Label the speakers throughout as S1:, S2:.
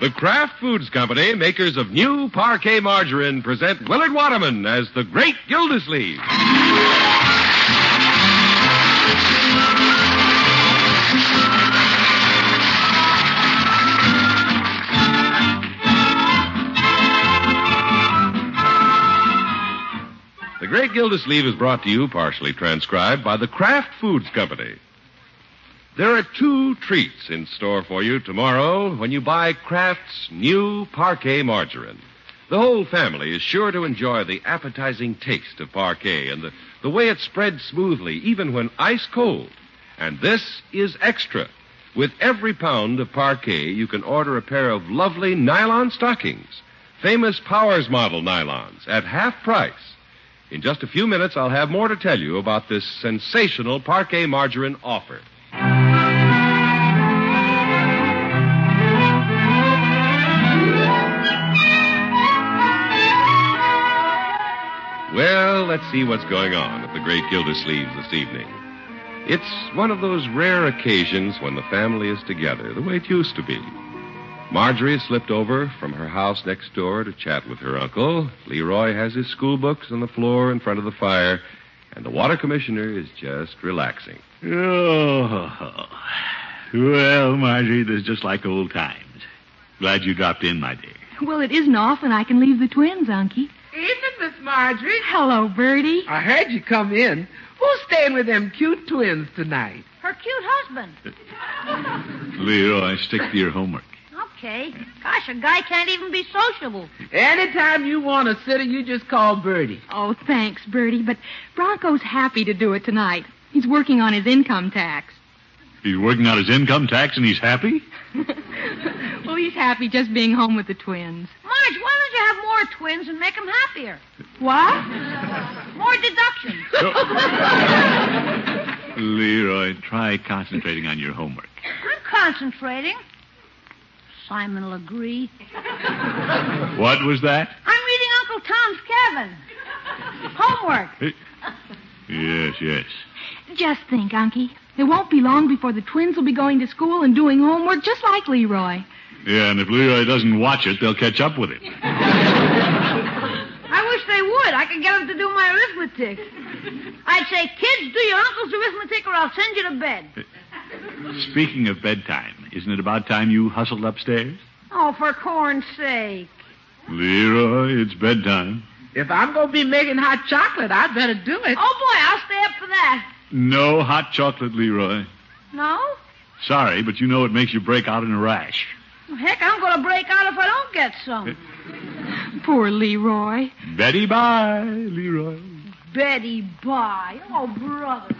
S1: The Kraft Foods Company, makers of new parquet margarine, present Willard Waterman as the Great Gildersleeve. The Great Gildersleeve is brought to you, partially transcribed, by the Kraft Foods Company. There are two treats in store for you tomorrow when you buy Kraft's new parquet margarine. The whole family is sure to enjoy the appetizing taste of parquet and the, the way it spreads smoothly, even when ice cold. And this is extra. With every pound of parquet, you can order a pair of lovely nylon stockings, famous Powers model nylons, at half price. In just a few minutes, I'll have more to tell you about this sensational parquet margarine offer. Well, let's see what's going on at the Great Gildersleeves this evening. It's one of those rare occasions when the family is together, the way it used to be. Marjorie slipped over from her house next door to chat with her uncle. Leroy has his school books on the floor in front of the fire, and the water commissioner is just relaxing.
S2: Oh. Well, Marjorie, this is just like old times. Glad you dropped in, my dear.
S3: Well, it isn't off, and I can leave the twins, Unky.
S4: Evening, Miss Marjorie.
S3: Hello, Bertie.
S4: I heard you come in. Who's staying with them cute twins tonight?
S5: Her cute husband.
S2: Leroy, stick to your homework.
S5: Okay. Gosh, a guy can't even be sociable.
S4: Anytime you want a sitter, you just call Bertie.
S3: Oh, thanks, Bertie, but Bronco's happy to do it tonight. He's working on his income tax.
S2: He's working out his income tax and he's happy?
S3: Well, he's happy just being home with the twins.
S5: Marge, why don't you have more twins and make them happier?
S3: What?
S5: More deductions.
S2: Leroy, try concentrating on your homework.
S5: I'm concentrating. Simon will agree.
S2: What was that?
S5: I'm reading Uncle Tom's Cabin. Homework.
S2: Yes, yes.
S3: Just think, Unky. It won't be long before the twins will be going to school and doing homework just like Leroy.
S2: Yeah, and if Leroy doesn't watch it, they'll catch up with it.
S5: I wish they would. I could get them to do my arithmetic. I'd say, kids, do your uncle's arithmetic or I'll send you to bed.
S2: Speaking of bedtime, isn't it about time you hustled upstairs?
S5: Oh, for corn's sake.
S2: Leroy, it's bedtime.
S4: If I'm going to be making hot chocolate, I better do it.
S5: Oh, boy, I'll stay up for that.
S2: No hot chocolate, Leroy.
S5: No?
S2: Sorry, but you know it makes you break out in a rash.
S5: Heck, I'm going to break out if I don't get
S2: Eh?
S5: some.
S3: Poor Leroy.
S2: Betty bye, Leroy.
S5: Betty Bye. Oh, brother.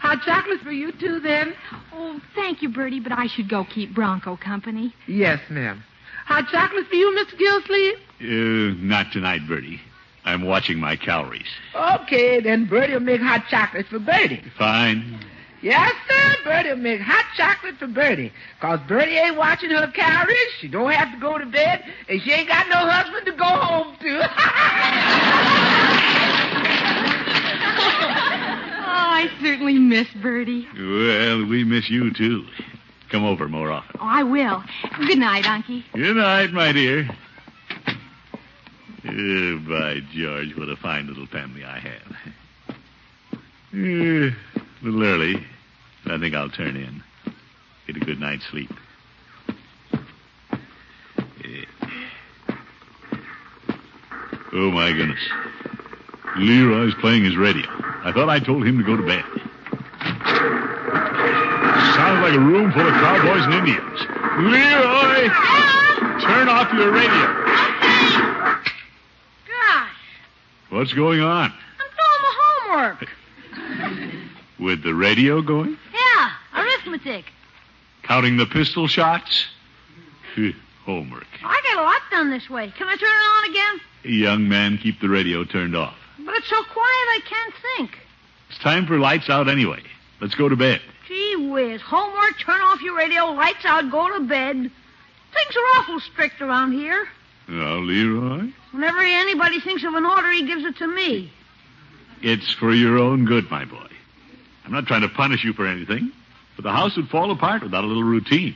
S4: Hot chocolate for you too, then?
S3: Oh, thank you, Bertie, but I should go keep Bronco company.
S4: Yes, ma'am. Hot chocolate for you, Mr. Gilsleeve?
S2: Uh, not tonight, Bertie. I'm watching my calories.
S4: Okay, then Bertie will make hot chocolate for Bertie.
S2: Fine.
S4: Yes, sir. Bertie will make hot chocolate for Bertie. Cause Bertie ain't watching her calories. She don't have to go to bed. And she ain't got no husband to go home to.
S3: Oh, I certainly miss Bertie.
S2: Well, we miss you, too. Come over more often.
S3: Oh, I will. Good night, Unky.
S2: Good night, my dear. Oh, by George, what a fine little family I have. Eh, a little early, but I think I'll turn in. Get a good night's sleep. Eh. Oh, my goodness. Leroy's playing his radio. I thought I told him to go to bed. Sounded like a room full of cowboys and Indians. Leroy! Turn off your radio.
S5: Gosh,
S2: What's going on?
S5: I'm doing my homework.
S2: With the radio going?
S5: Yeah, arithmetic.
S2: Counting the pistol shots? Phew, Homework.
S5: I got a lot done this way. Can I turn it on again?
S2: Young man, keep the radio turned off.
S5: But it's so quiet I can't think.
S2: It's time for lights out anyway. Let's go to bed.
S5: Gee whiz, homework, turn off your radio, lights out, go to bed. Things are awful strict around here.
S2: Now, Leroy,
S5: Whenever anybody thinks of an order, he gives it to me.
S2: it's for your own good, my boy. I'm not trying to punish you for anything, but the house would fall apart without a little routine.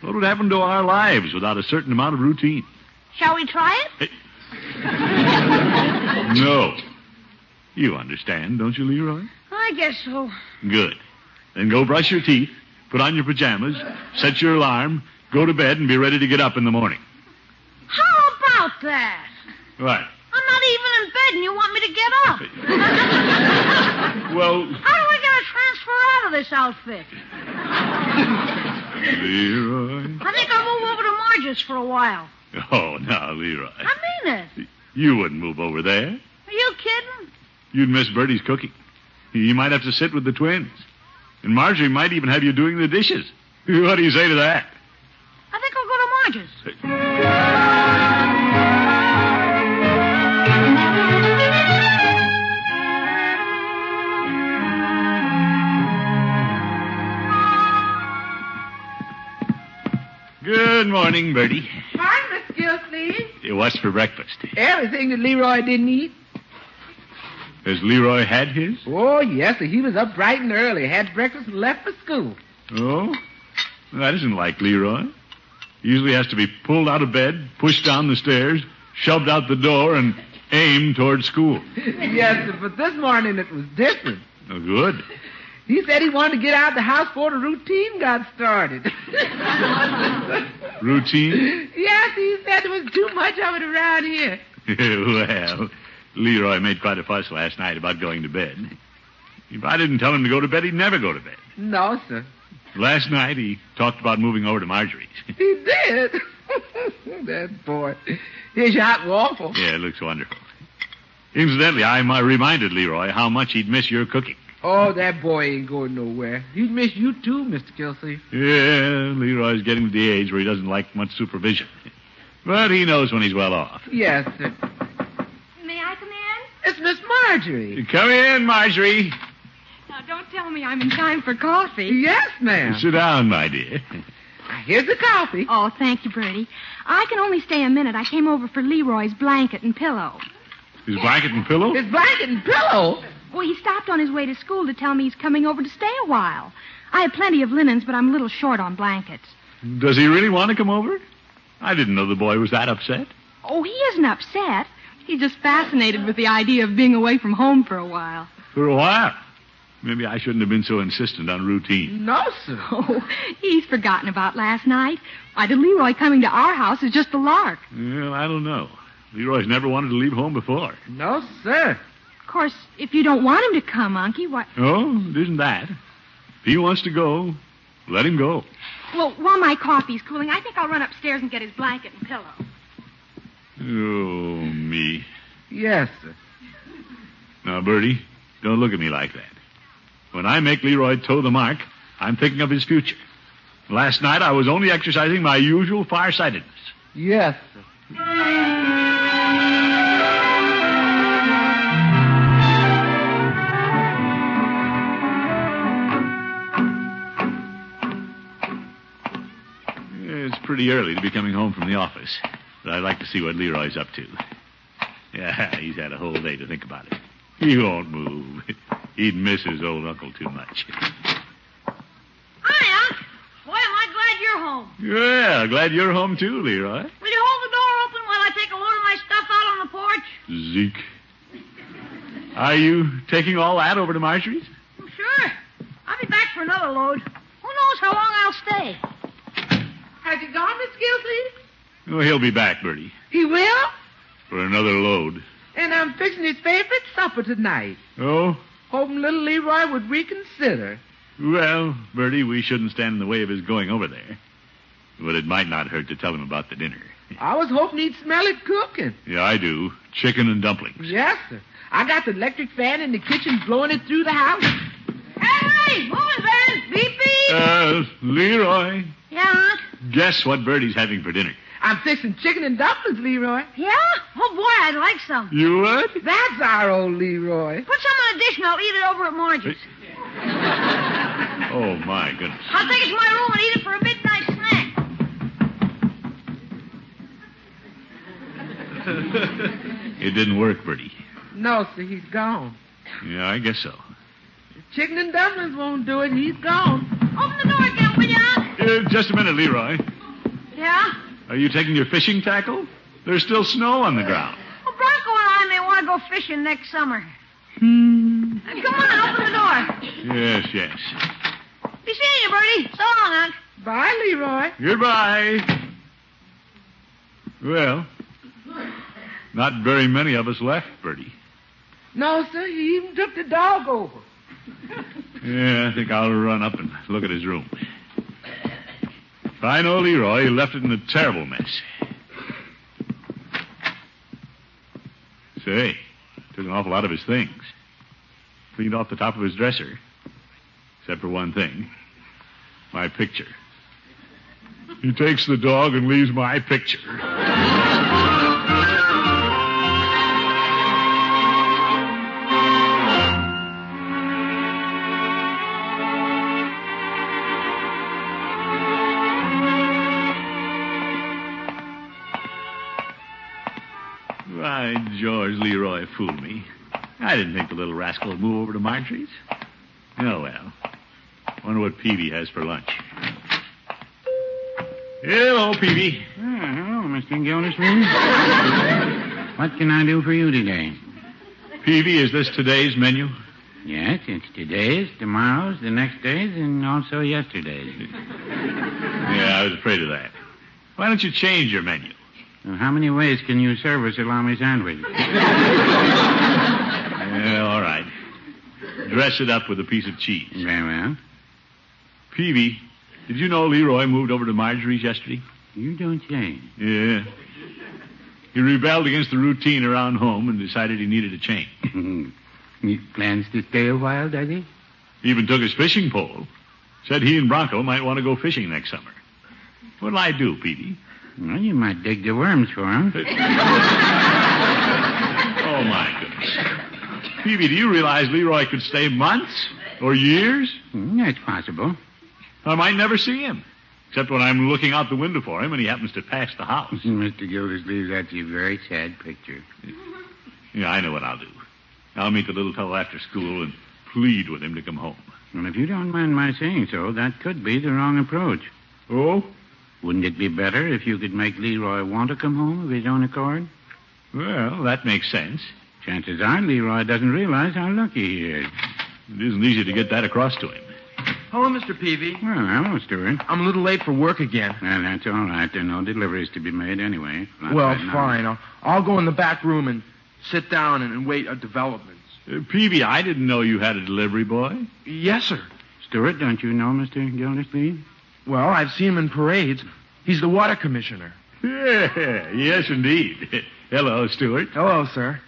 S2: What would happen to our lives without a certain amount of routine?
S5: Shall we try it?
S2: No. You understand, don't you, Leroy?
S5: I guess so.
S2: Good. Then go brush your teeth, put on your pajamas, set your alarm, go to bed, and be ready to get up in the morning.
S5: How about that?
S2: Right.
S5: I'm not even in bed and you want me to get up.
S2: Well,
S5: How am I going to transfer out of this outfit?
S2: Leroy.
S5: I think I'll move over to Marge's for a while.
S2: Oh, now, Leroy.
S5: I mean it.
S2: You wouldn't move over there.
S5: Are you kidding?
S2: You'd miss Bertie's cooking. You might have to sit with the twins. And Marjorie might even have you doing the dishes. What do you say to that?
S5: I think I'll go to Marge's.
S2: Good morning, Bertie.
S4: Fine, Miss Gilsleeve.
S2: What's for breakfast?
S4: Everything that Leroy didn't eat.
S2: Has Leroy had his?
S4: Oh, yes, he was up bright and early, had breakfast and left for school.
S2: Oh? That isn't like Leroy. He usually has to be pulled out of bed, pushed down the stairs, shoved out the door, and aimed toward school.
S4: yes, but this morning it was different.
S2: Oh, good.
S4: He said he wanted to get out of the house before the routine got started.
S2: Routine?
S4: yes, he said there was too much of it around here.
S2: well, Leroy made quite a fuss last night about going to bed. If I didn't tell him to go to bed, he'd never go to bed.
S4: No, sir.
S2: Last night, he talked about moving over to Marjorie's.
S4: He did. that boy. Here's your hot waffle.
S2: yeah, it looks wonderful. Incidentally, I uh, reminded Leroy how much he'd miss your cooking.
S4: Oh, that boy ain't going nowhere. He'd miss you too, Mr. Gilsleeve.
S2: Yeah, Leroy's getting to the age where he doesn't like much supervision. But he knows when he's well off.
S4: Yes, sir.
S6: May I come in?
S4: It's Miss Marjorie.
S2: Come in, Marjorie.
S3: Now, don't tell me I'm in time for coffee.
S4: Yes, ma'am.
S2: Sit down, my dear.
S4: Here's the coffee.
S3: Oh, thank you, Bertie. I can only stay a minute. I came over for Leroy's blanket and pillow.
S2: His blanket and pillow?
S4: His blanket and pillow.
S3: Well, he stopped on his way to school to tell me he's coming over to stay a while. I have plenty of linens, but I'm a little short on blankets.
S2: Does he really want to come over? I didn't know the boy was that upset.
S3: Oh, he isn't upset. He's just fascinated with the idea of being away from home for a while.
S2: For a while. Maybe I shouldn't have been so insistent on routine.
S4: No, sir.
S3: Oh, he's forgotten about last night. Why, the Leroy coming to our house is just a lark.
S2: Well, I don't know. Leroy's never wanted to leave home before.
S4: No, sir.
S3: Of course, if you don't want him to come, Unky, why...
S2: Oh, it isn't that. If he wants to go, let him go.
S3: Well, while my coffee's cooling, I think I'll run upstairs and get his blanket and pillow.
S2: Oh, me.
S4: Yes, sir.
S2: Now, Bertie, don't look at me like that. When I make Leroy toe the mark, I'm thinking of his future. Last night, I was only exercising my usual farsightedness.
S4: Yes, sir.
S2: It's pretty early to be coming home from the office, but I'd like to see what Leroy's up to. Yeah, he's had a whole day to think about it. He won't move. He'd miss his old uncle too much.
S5: Hi, Unc. Boy, am I glad you're home.
S2: Yeah, glad you're home too, Leroy.
S5: Will you hold the door open while I take a load of my stuff out on the porch?
S2: Zeke. Are you taking all that over to Marjorie's?
S3: Mm,
S5: Sure. I'll be back for another load. Who knows how long I'll stay?
S4: Has he gone, Miss Gilsleeve?
S2: Oh, he'll be back, Bertie,
S4: He will?
S2: for another load.
S4: And I'm fixing his favorite supper tonight.
S2: Oh?
S4: Hoping little Leroy would reconsider.
S2: Well, Bertie, we shouldn't stand in the way of his going over there. But it might not hurt to tell him about the dinner.
S4: I was hoping he'd smell it cooking.
S2: Yeah, I do. Chicken and dumplings.
S4: Yes, sir. I got the electric fan in the kitchen blowing it through the house.
S5: Henry, moving van, beep beep.
S2: Uh, Leroy,
S5: yeah, Unc.
S2: guess what Bertie's having for dinner?
S4: I'm fixing chicken and dumplings, Leroy.
S5: Yeah? Oh boy, I'd like some.
S2: You would?
S4: That's our old Leroy.
S5: Put some on a dish and I'll eat it over at Marge's.
S2: Oh, my goodness.
S5: I'll take it to my room and eat it for a midnight snack.
S2: It didn't work, Bertie.
S4: No, sir, he's gone.
S2: Yeah, I guess so.
S4: Chicken and dumplings won't do it, and he's gone.
S5: Open the door again, will you, Unc?
S2: Uh, just a minute, Leroy.
S5: Yeah?
S2: Are you taking your fishing tackle? There's still snow on the ground.
S5: Well, Bronco and I may want to go fishing next summer. Hmm. Come on, open the door.
S2: Yes, yes.
S5: Be seeing you, Bertie. So long, Unc.
S4: Bye, Leroy.
S2: Goodbye. Well, not very many of us left, Bertie.
S4: No, sir, he even took the dog over.
S2: Yeah, I think I'll run up and look at his room. Fine old Leroy he left it in a terrible mess. Say, took an awful lot of his things. Cleaned off the top of his dresser. Except for one thing my picture. He takes the dog and leaves my picture. Why, George Leroy fooled me. I didn't think the little rascal would move over to Marjorie's. Oh, well. Wonder what Peavy has for lunch. Hello, Peavy.
S7: hello, Mr. Gildersleeve. what can I do for you today?
S2: Peavy, is this today's menu?
S7: Yes, it's today's, tomorrow's, the next day's, and also yesterday's.
S2: Yeah, I was afraid of that. Why don't you change your menu?
S7: Now, how many ways can you serve a salami sandwich?
S2: Yeah, all right. Dress it up with a piece of cheese.
S7: Very well.
S2: Peavy, did you know Leroy moved over to Marjorie's yesterday?
S7: You don't say.
S2: Yeah. He rebelled against the routine around home and decided he needed a change.
S7: he plans to stay a while, does he?
S2: He even took his fishing pole. Said he and Bronco might want to go fishing next summer. What'll I do, Peavy?
S7: Well, you might dig the worms for him.
S2: Oh, my goodness. Peavy, do you realize Leroy could stay months or years?
S7: Hmm, That's possible.
S2: I might never see him. Except when I'm looking out the window for him and he happens to pass the house.
S7: Mr. Gildersleeve, that's a very sad picture.
S2: Yeah, I know what I'll do. I'll meet the little fellow after school and plead with him to come home.
S7: Well, if you don't mind my saying so, that could be the wrong approach.
S2: Oh?
S7: Wouldn't it be better if you could make Leroy want to come home of his own accord?
S2: Well, that makes sense.
S7: Chances are Leroy doesn't realize how lucky he is.
S2: It isn't easy to get that across to him.
S8: Hello, Mr. Peavy.
S7: Well, hello, Stuart.
S8: I'm a little late for work again.
S7: Well, that's all right. There are no deliveries to be made anyway. Not
S8: well,
S7: right now.
S8: fine. I'll, I'll go in the back room and sit down and, and wait a developments.
S2: Uh, Peavy, I didn't know you had a delivery boy.
S8: Yes, sir.
S7: Stuart, don't you know Mr. Gildersleeve?
S8: Well, I've seen him in parades. He's the water commissioner.
S2: Yeah, yes, indeed. Hello, Stuart.
S8: Hello, sir.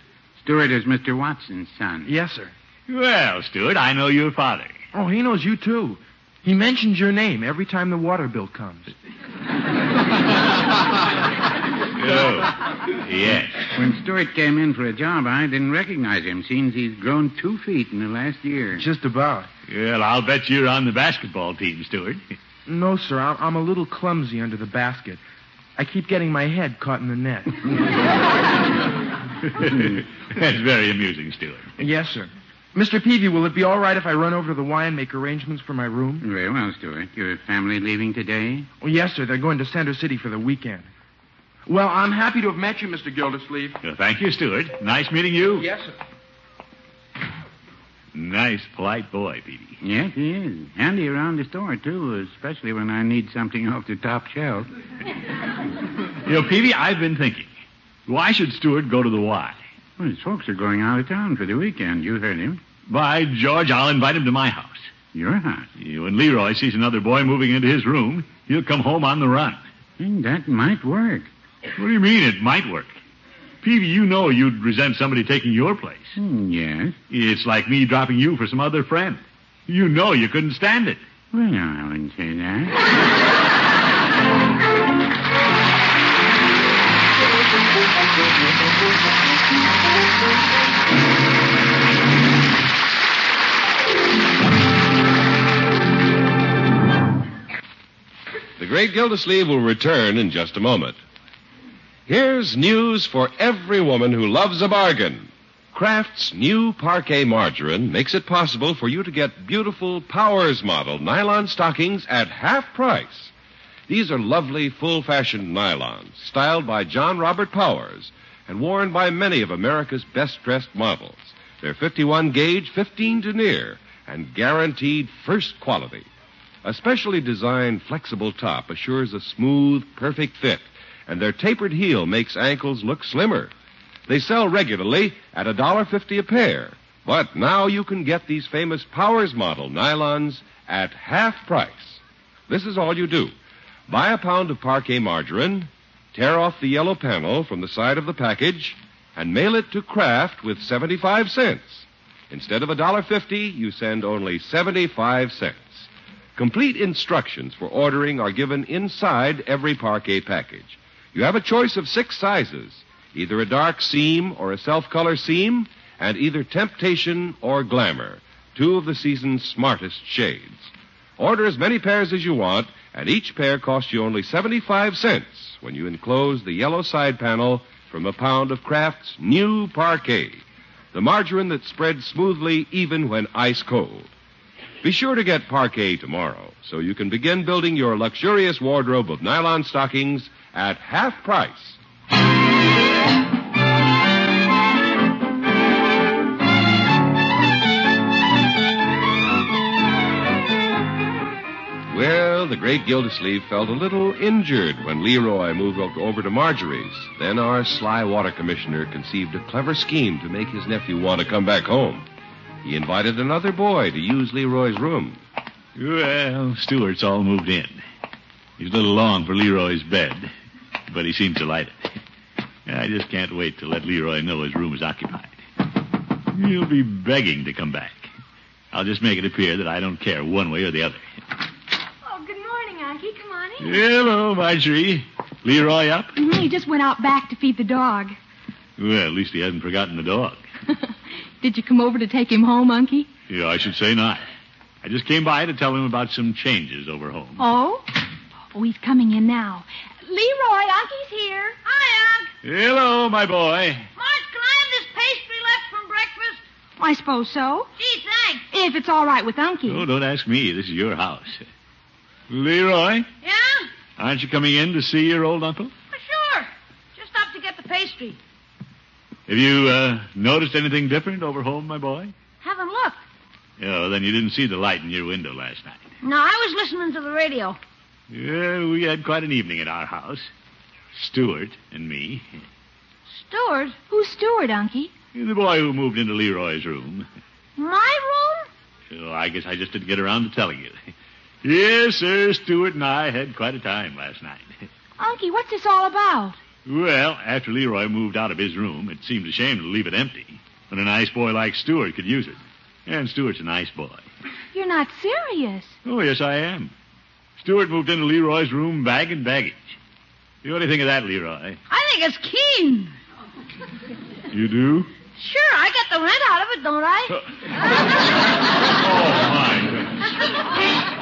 S7: Stuart is Mr. Watson's son.
S8: Yes, sir.
S2: Well, Stuart, I know your father.
S8: Oh, he knows you too. He mentions your name every time the water bill comes.
S2: Oh, yes.
S7: When Stuart came in for a job, I didn't recognize him, seeing he's grown two feet in the last year.
S8: Just about.
S2: Well, I'll bet you're on the basketball team, Stuart.
S8: No, sir. I'm, I'm a little clumsy under the basket. I keep getting my head caught in the net.
S2: That's very amusing, Stuart.
S8: yes, sir. Mr. Peavy, will it be all right if I run over to the Y and make arrangements for my room?
S7: Very well, Stuart. Your family leaving today?
S8: Oh, yes, sir. They're going to Center City for the weekend. Well, I'm happy to have met you, Mr. Gildersleeve.
S2: Well, thank you, Stuart. Nice meeting you.
S8: Yes, sir.
S2: Nice, polite boy, Peavy.
S7: Yes, he is. Handy around the store, too, especially when I need something off the top shelf.
S2: You know, Peavy, I've been thinking. Why should Stuart go to the Y?
S7: Well, his folks are going out of town for the weekend. You heard him.
S2: By George, I'll invite him to my house.
S7: Your house.
S2: You and Leroy sees another boy moving into his room, he'll come home on the run.
S7: And that might work.
S2: What do you mean it might work? Peavy, you know you'd resent somebody taking your place.
S7: Hmm, yes.
S2: It's like me dropping you for some other friend. You know you couldn't stand it.
S7: Well, no, I wouldn't say that.
S1: The great Gildersleeve will return in just a moment. Here's news for every woman who loves a bargain. Kraft's new parquet margarine makes it possible for you to get beautiful Powers model nylon stockings at half price. These are lovely, full fashioned nylons, styled by John Robert Powers and worn by many of America's best dressed models. They're 51 gauge, 15 denier, and guaranteed first quality. A specially designed flexible top assures a smooth, perfect fit, and their tapered heel makes ankles look slimmer. They sell regularly at $1.50 a pair, but now you can get these famous Powers model nylons at half price. This is all you do. Buy a pound of parquet margarine, tear off the yellow panel from the side of the package, and mail it to Kraft with 75 cents. Instead of $1.50, you send only 75 cents. Complete instructions for ordering are given inside every parquet package. You have a choice of six sizes, either a dark seam or a self-color seam, and either Temptation or Glamour, two of the season's smartest shades. Order as many pairs as you want, and each pair costs you only 75 cents when you enclose the yellow side panel from a pound of Kraft's new parquet, the margarine that spreads smoothly even when ice cold. Be sure to get parquet tomorrow so you can begin building your luxurious wardrobe of nylon stockings at half price. Well, the great Gildersleeve felt a little injured when Leroy moved o- over to Marjorie's. Then our sly water commissioner conceived a clever scheme to make his nephew want to come back home. He invited another boy to use Leroy's room.
S2: Well, Stewart's all moved in. He's a little long for Leroy's bed, but he seems to like it. I just can't wait to let Leroy know his room is occupied. He'll be begging to come back. I'll just make it appear that I don't care one way or the other.
S6: Oh, good morning, Unky. Come on in.
S2: Hello, Marjorie. Leroy up?
S3: Mhm, He just went out back to feed the dog.
S2: Well, at least he hasn't forgotten the dog.
S3: Did you come over to take him home, Unky?
S2: Yeah, I should say not. I just came by to tell him about some changes over home.
S3: Oh? Oh, he's coming in now.
S5: Leroy, Unky's here. Hi, Unc.
S2: Hello, my boy.
S5: Marge, can I have this pastry left from breakfast?
S3: I suppose so.
S5: Gee, thanks.
S3: If it's all right with Unky.
S2: Oh, don't ask me. This is your house. Leroy,
S5: Yeah?
S2: aren't you coming in to see your old uncle?
S5: For sure. Just up to get the pastry.
S2: Have you uh, noticed anything different over home, my boy?
S5: Haven't looked.
S2: Oh, then you didn't see the light in your window last night.
S5: No, I was listening to the radio.
S2: Yeah, we had quite an evening at our house. Stuart and me.
S5: Steward?
S3: Who's Stewart, Unky?
S2: The boy who moved into Leroy's room.
S5: My room?
S2: So I guess I just didn't get around to telling you. Yes, sir, Stuart and I had quite a time last night.
S3: Unky, what's this all about?
S2: Well, after Leroy moved out of his room, it seemed a shame to leave it empty. When a nice boy like Stuart could use it. And Stuart's a nice boy.
S3: You're not serious.
S2: Oh, yes, I am. Stuart moved into Leroy's room bag and baggage. You know what do you think of that, Leroy?
S5: I think it's keen.
S2: You do?
S5: Sure, I get the rent out of it, don't I?
S2: Oh, my goodness.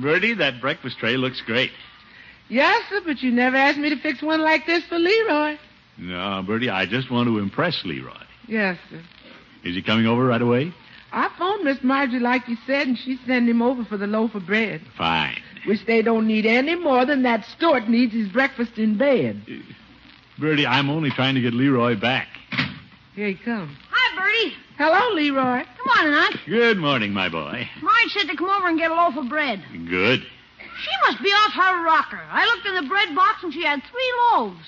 S2: Bertie, that breakfast tray looks great.
S4: Yes, sir, but you never asked me to fix one like this for Leroy.
S2: No, Bertie, I just want to impress Leroy.
S4: Yes, sir.
S2: Is he coming over right away?
S4: I phoned Miss Marjorie like you said, and she sent him over for the loaf of bread,
S2: Fine.
S4: which they don't need any more than that Stuart needs his breakfast in bed.
S2: Bertie, I'm only trying to get Leroy back.
S4: Here he comes.
S5: Hi, Bertie.
S4: Hello, Leroy.
S5: Come on, Unc.
S2: Good morning, my boy.
S5: Marge said to come over and get a loaf of bread.
S2: Good.
S5: She must be off her rocker. I looked in the bread box and she had three loaves.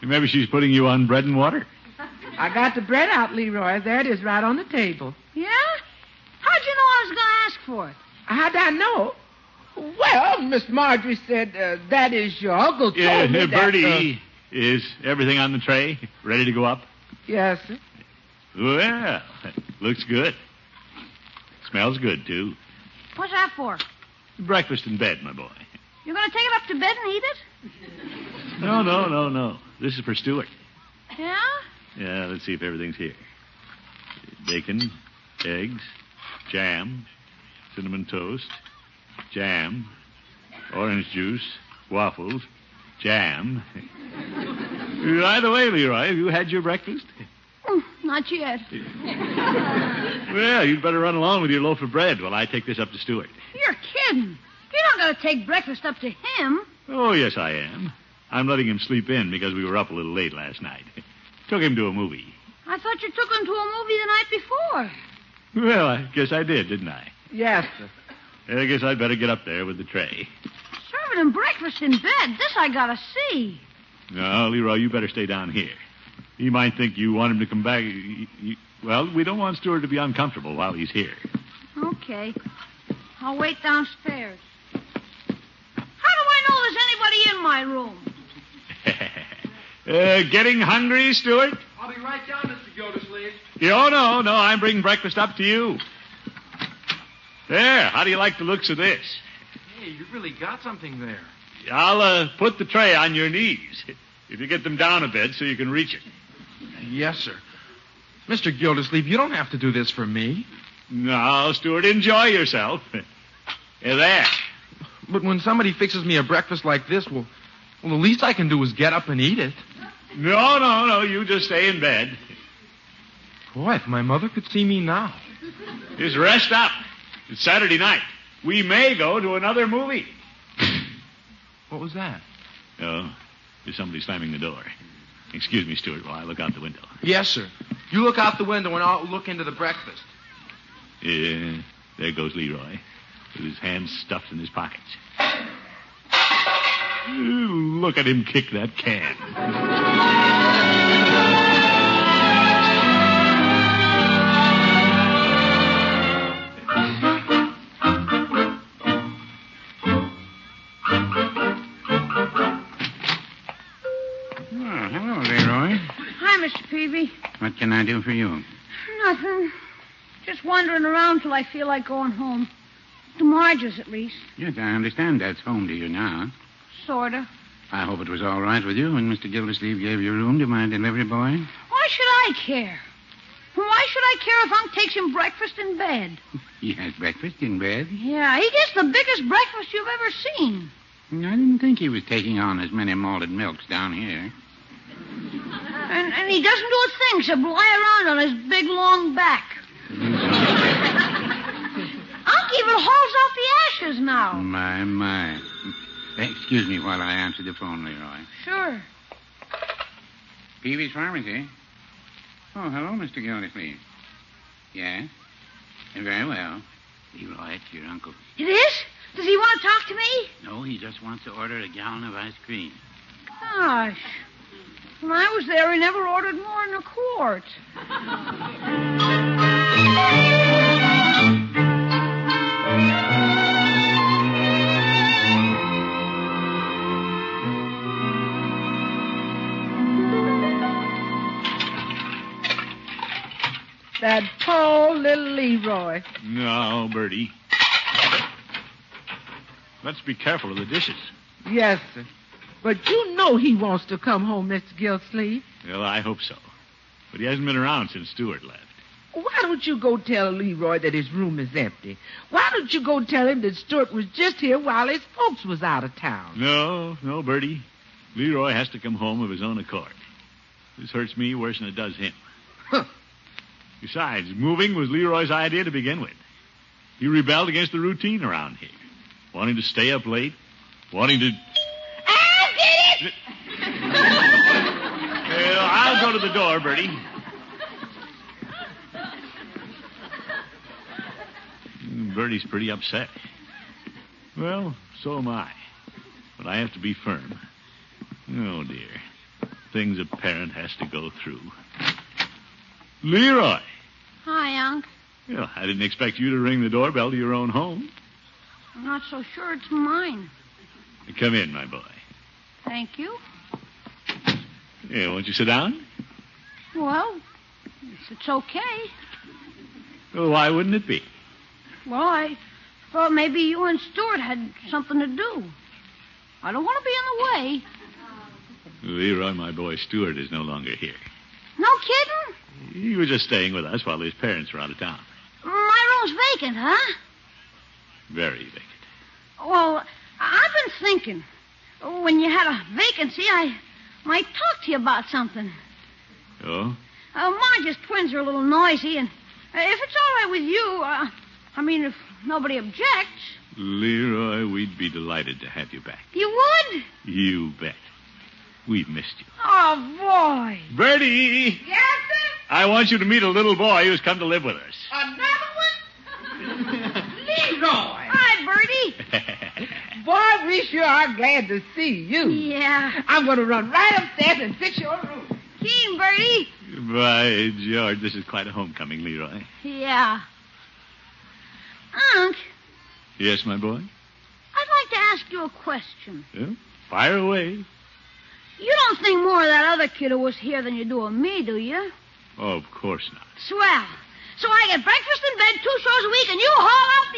S2: Maybe she's putting you on bread and water.
S4: I got the bread out, Leroy. There it is, right on the table.
S5: Yeah? How'd you know I was going to ask for it?
S4: How'd I know? Well, Miss Marjorie said uh, that is your uncle told
S2: Yeah,
S4: me
S2: uh,
S4: that,
S2: Bertie,
S4: uh,
S2: is everything on the tray ready to go up?
S4: yes, sir.
S2: Well, looks good. Smells good, too.
S5: What's that for?
S2: Breakfast in bed, my boy.
S5: You're going to take it up to bed and eat it?
S2: No, no, no, no. This is for Stuart.
S5: Yeah?
S2: Yeah, let's see if everything's here. Bacon, eggs, jam, cinnamon toast, jam, orange juice, waffles, jam. By the way, Leroy, have you had your breakfast?
S5: Mm,
S6: Not yet.
S2: Well, you'd better run along with your loaf of bread while I take this up to Stewart.
S5: You're kidding. You're not going to take breakfast up to him.
S2: Oh, yes, I am. I'm letting him sleep in because we were up a little late last night. Took him to a movie.
S5: I thought you took him to a movie the night before.
S2: Well, I guess I did, didn't I?
S4: Yes, sir.
S2: I guess I'd better get up there with the tray.
S5: Serving him breakfast in bed. This I gotta see.
S2: No, Leroy, you better stay down here. He might think you want him to come back. You- you- Well, we don't want Stewart to be uncomfortable while he's here.
S5: Okay. I'll wait downstairs. How do I know there's anybody in my room?
S2: uh, getting hungry, Stewart?
S8: I'll be right down, Mr. Gildersleeve.
S2: Oh, no, no, I'm bringing breakfast up to you. There, how do you like the looks of this?
S8: Hey, you really got something there.
S2: I'll uh, put the tray on your knees if you get them down a bit so you can reach it.
S8: Yes, sir. Mr. Gildersleeve, you don't have to do this for me.
S2: Now, Stewart, enjoy yourself. Hey, there.
S8: But when somebody fixes me a breakfast like this, well, well, the least I can do is get up and eat it.
S2: No, no, no, you just stay in bed.
S8: Boy, if my mother could see me now.
S2: Just rest up. It's Saturday night. We may go to another movie.
S8: What was that?
S2: Oh, there's somebody slamming the door. Excuse me, Stewart, while I look out the window.
S8: Yes, sir. You look out the window and I'll look into the breakfast.
S2: Yeah, Uh, there goes Leroy, with his hands stuffed in his pockets. Ooh, Look at him kick that can.
S7: Oh, hello, Leroy.
S5: Hi, Mr. Peavy.
S7: What can I do for you?
S5: Nothing. Just wandering around till I feel like going home. To Marge's, at least.
S7: Yes, I understand that's home to you now.
S5: Sorta.
S7: I hope it was all right with you when Mr. Gildersleeve gave your room to my delivery boy.
S5: Why should I care? Why should I care if Unc takes him breakfast in bed?
S7: He has breakfast in bed.
S5: Yeah, he gets the biggest breakfast you've ever seen.
S7: I didn't think he was taking on as many malted milks down here.
S5: And, and he doesn't do a thing except lie around on his big, long back. Unc even hauls out the ashes now.
S7: My, my. Excuse me while I answer the phone, Leroy.
S5: Sure.
S7: Peavy's Pharmacy. Oh, hello, Mr. Gildersleeve. Yeah? Very well. Leroy, it's your uncle.
S5: It is? Does he want to talk to me?
S7: No, he just wants to order a gallon of ice cream.
S5: Gosh. When I was there, he never ordered more than a quart.
S4: That poor little Leroy.
S2: No, Bertie. Let's be careful of the dishes.
S4: Yes, sir. But you know he wants to come home, Mr. Gildersleeve.
S2: Well, I hope so. But he hasn't been around since Stewart left.
S4: Why don't you go tell Leroy that his room is empty? Why don't you go tell him that Stuart was just here while his folks was out of town?
S2: No, no, Bertie. Leroy has to come home of his own accord. This hurts me worse than it does him.
S4: Huh.
S2: Besides, moving was Leroy's idea to begin with. He rebelled against the routine around here, wanting to stay up late, wanting to.
S5: I did it!
S2: Well, I'll go to the door, Bertie. Mm, Bertie's pretty upset. Well, so am I. But I have to be firm. Oh, dear. Things a parent has to go through. Leroy!
S5: Hi, Unc.
S2: Well, I didn't expect you to ring the doorbell to your own home.
S5: I'm not so sure it's mine.
S2: Come in, my boy.
S5: Thank you.
S2: Yeah, won't you sit down?
S5: Well, it's, it's okay.
S2: Well, why wouldn't it be?
S5: Well, I thought maybe you and Stuart had something to do. I don't want to be in the way.
S2: Leroy, my boy Stuart, is no longer here.
S5: No kidding?
S2: He was just staying with us while his parents were out of town.
S5: My room's vacant, huh?
S2: Very vacant.
S5: Well, I've been thinking. When you had a vacancy, I might talk to you about something.
S2: Oh?
S5: Uh, Marge's twins are a little noisy, and uh, if it's all right with you, uh, I mean, if nobody objects,
S2: Leroy, we'd be delighted to have you back.
S5: you would?
S2: You bet. We've missed you.
S5: Oh, boy.
S2: Bertie!
S4: Yes, sir?
S2: I want you to meet a little boy who's come to live with us.
S4: Another one? Leroy.
S5: Hi, Bertie.
S4: Boy, we sure are glad to see you.
S5: Yeah.
S4: I'm going to run right upstairs and fix your room.
S5: Keen, Bertie.
S2: By George, this is quite a homecoming, Leroy.
S5: Yeah. Unc,
S2: Yes, my boy?
S5: I'd like to ask you a question.
S2: Yeah? Fire away.
S5: You don't think more of that other kid who was here than you do of me, do you?
S2: Oh, of course not.
S5: Swell. So I get breakfast in bed, two shows a week, and you haul out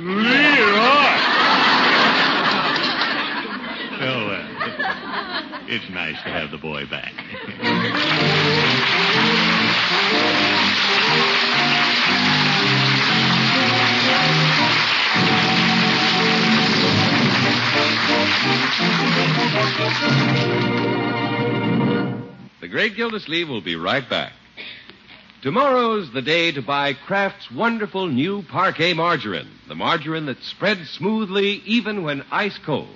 S5: the ashes.
S2: Leroy! oh, well. It's nice to have the boy back.
S1: The Great Gildersleeve will be right back. Tomorrow's the day to buy Kraft's wonderful new parquet margarine, the margarine that spreads smoothly even when ice cold.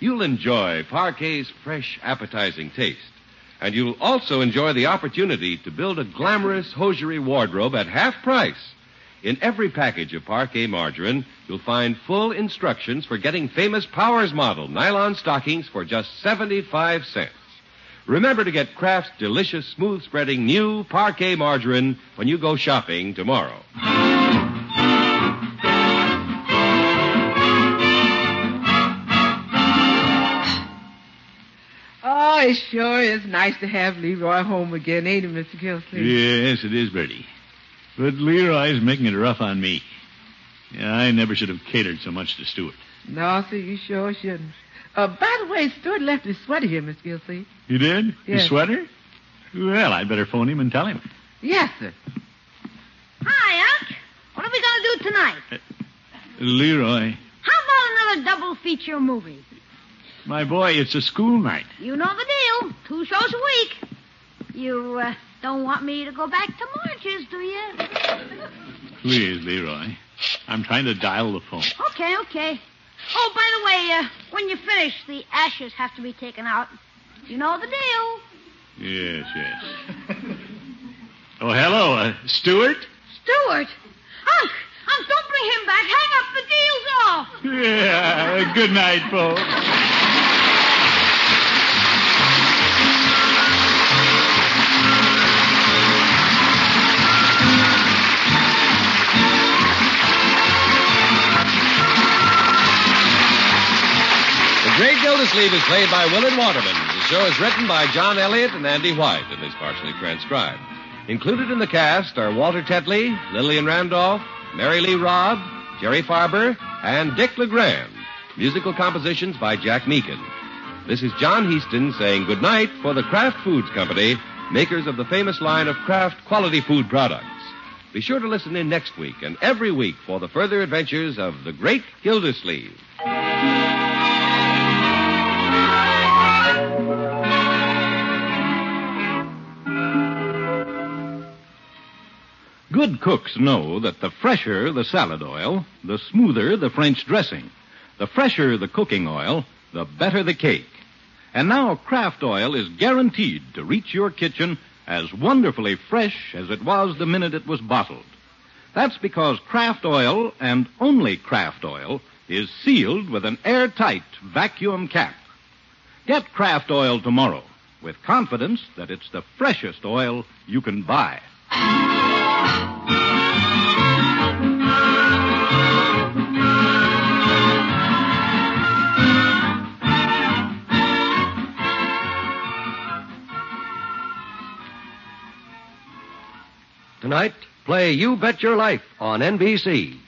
S1: You'll enjoy parquet's fresh, appetizing taste. And you'll also enjoy the opportunity to build a glamorous hosiery wardrobe at half price. In every package of parquet margarine, you'll find full instructions for getting famous Powers model nylon stockings for just 75 cents. Remember to get Kraft's delicious, smooth spreading new parquet margarine when you go shopping tomorrow.
S4: Oh, it sure is nice to have Leroy home again, ain't it, Mr. Gilsey?
S2: yes, it is, Bertie. But Leroy's making it rough on me. Yeah, I never should have catered so much to Stuart.
S4: No, sir, you sure shouldn't. Uh, by the way, Stuart left his sweater here, Mr. Gilsey.
S2: You did?
S4: Yes.
S2: His sweater? Well, I'd better phone him and tell him.
S4: Yes, sir.
S5: Hi, Unc. What are we going to do tonight?
S2: Leroy,
S5: How about another double feature movie?
S2: my boy, it's a school night.
S5: You know the deal. Two shows a week. You uh, don't want me to go back to Marge's, do you?
S2: Please, Leroy. I'm trying to dial the phone.
S5: Okay, okay. Oh, by the way, uh, when you finish, the ashes have to be taken out. You know the deal.
S2: Yes, yes. oh, hello, uh, Stuart?
S5: Stuart! Unc! Unc, don't bring him back. Hang up. The deal's off.
S2: Yeah, good night, folks.
S1: The Great Gildersleeve is played by Willard Waterman. The show is written by John Elliott and Andy White and is partially transcribed. Included in the cast are Walter Tetley, Lillian Randolph, Mary Lee Robb, Jerry Farber, and Dick LeGrand. Musical compositions by Jack Meakin. This is John Heaston saying goodnight for the Kraft Foods Company, makers of the famous line of Kraft quality food products. Be sure to listen in next week and every week for the further adventures of the Great Gildersleeve. Good cooks know that the fresher the salad oil, the smoother the French dressing. The fresher the cooking oil, the better the cake. And now Kraft Oil is guaranteed to reach your kitchen as wonderfully fresh as it was the minute it was bottled. That's because Kraft Oil and only Kraft Oil is sealed with an airtight vacuum cap. Get Kraft Oil tomorrow with confidence that it's the freshest oil you can buy. Tonight, play You Bet Your Life on NBC.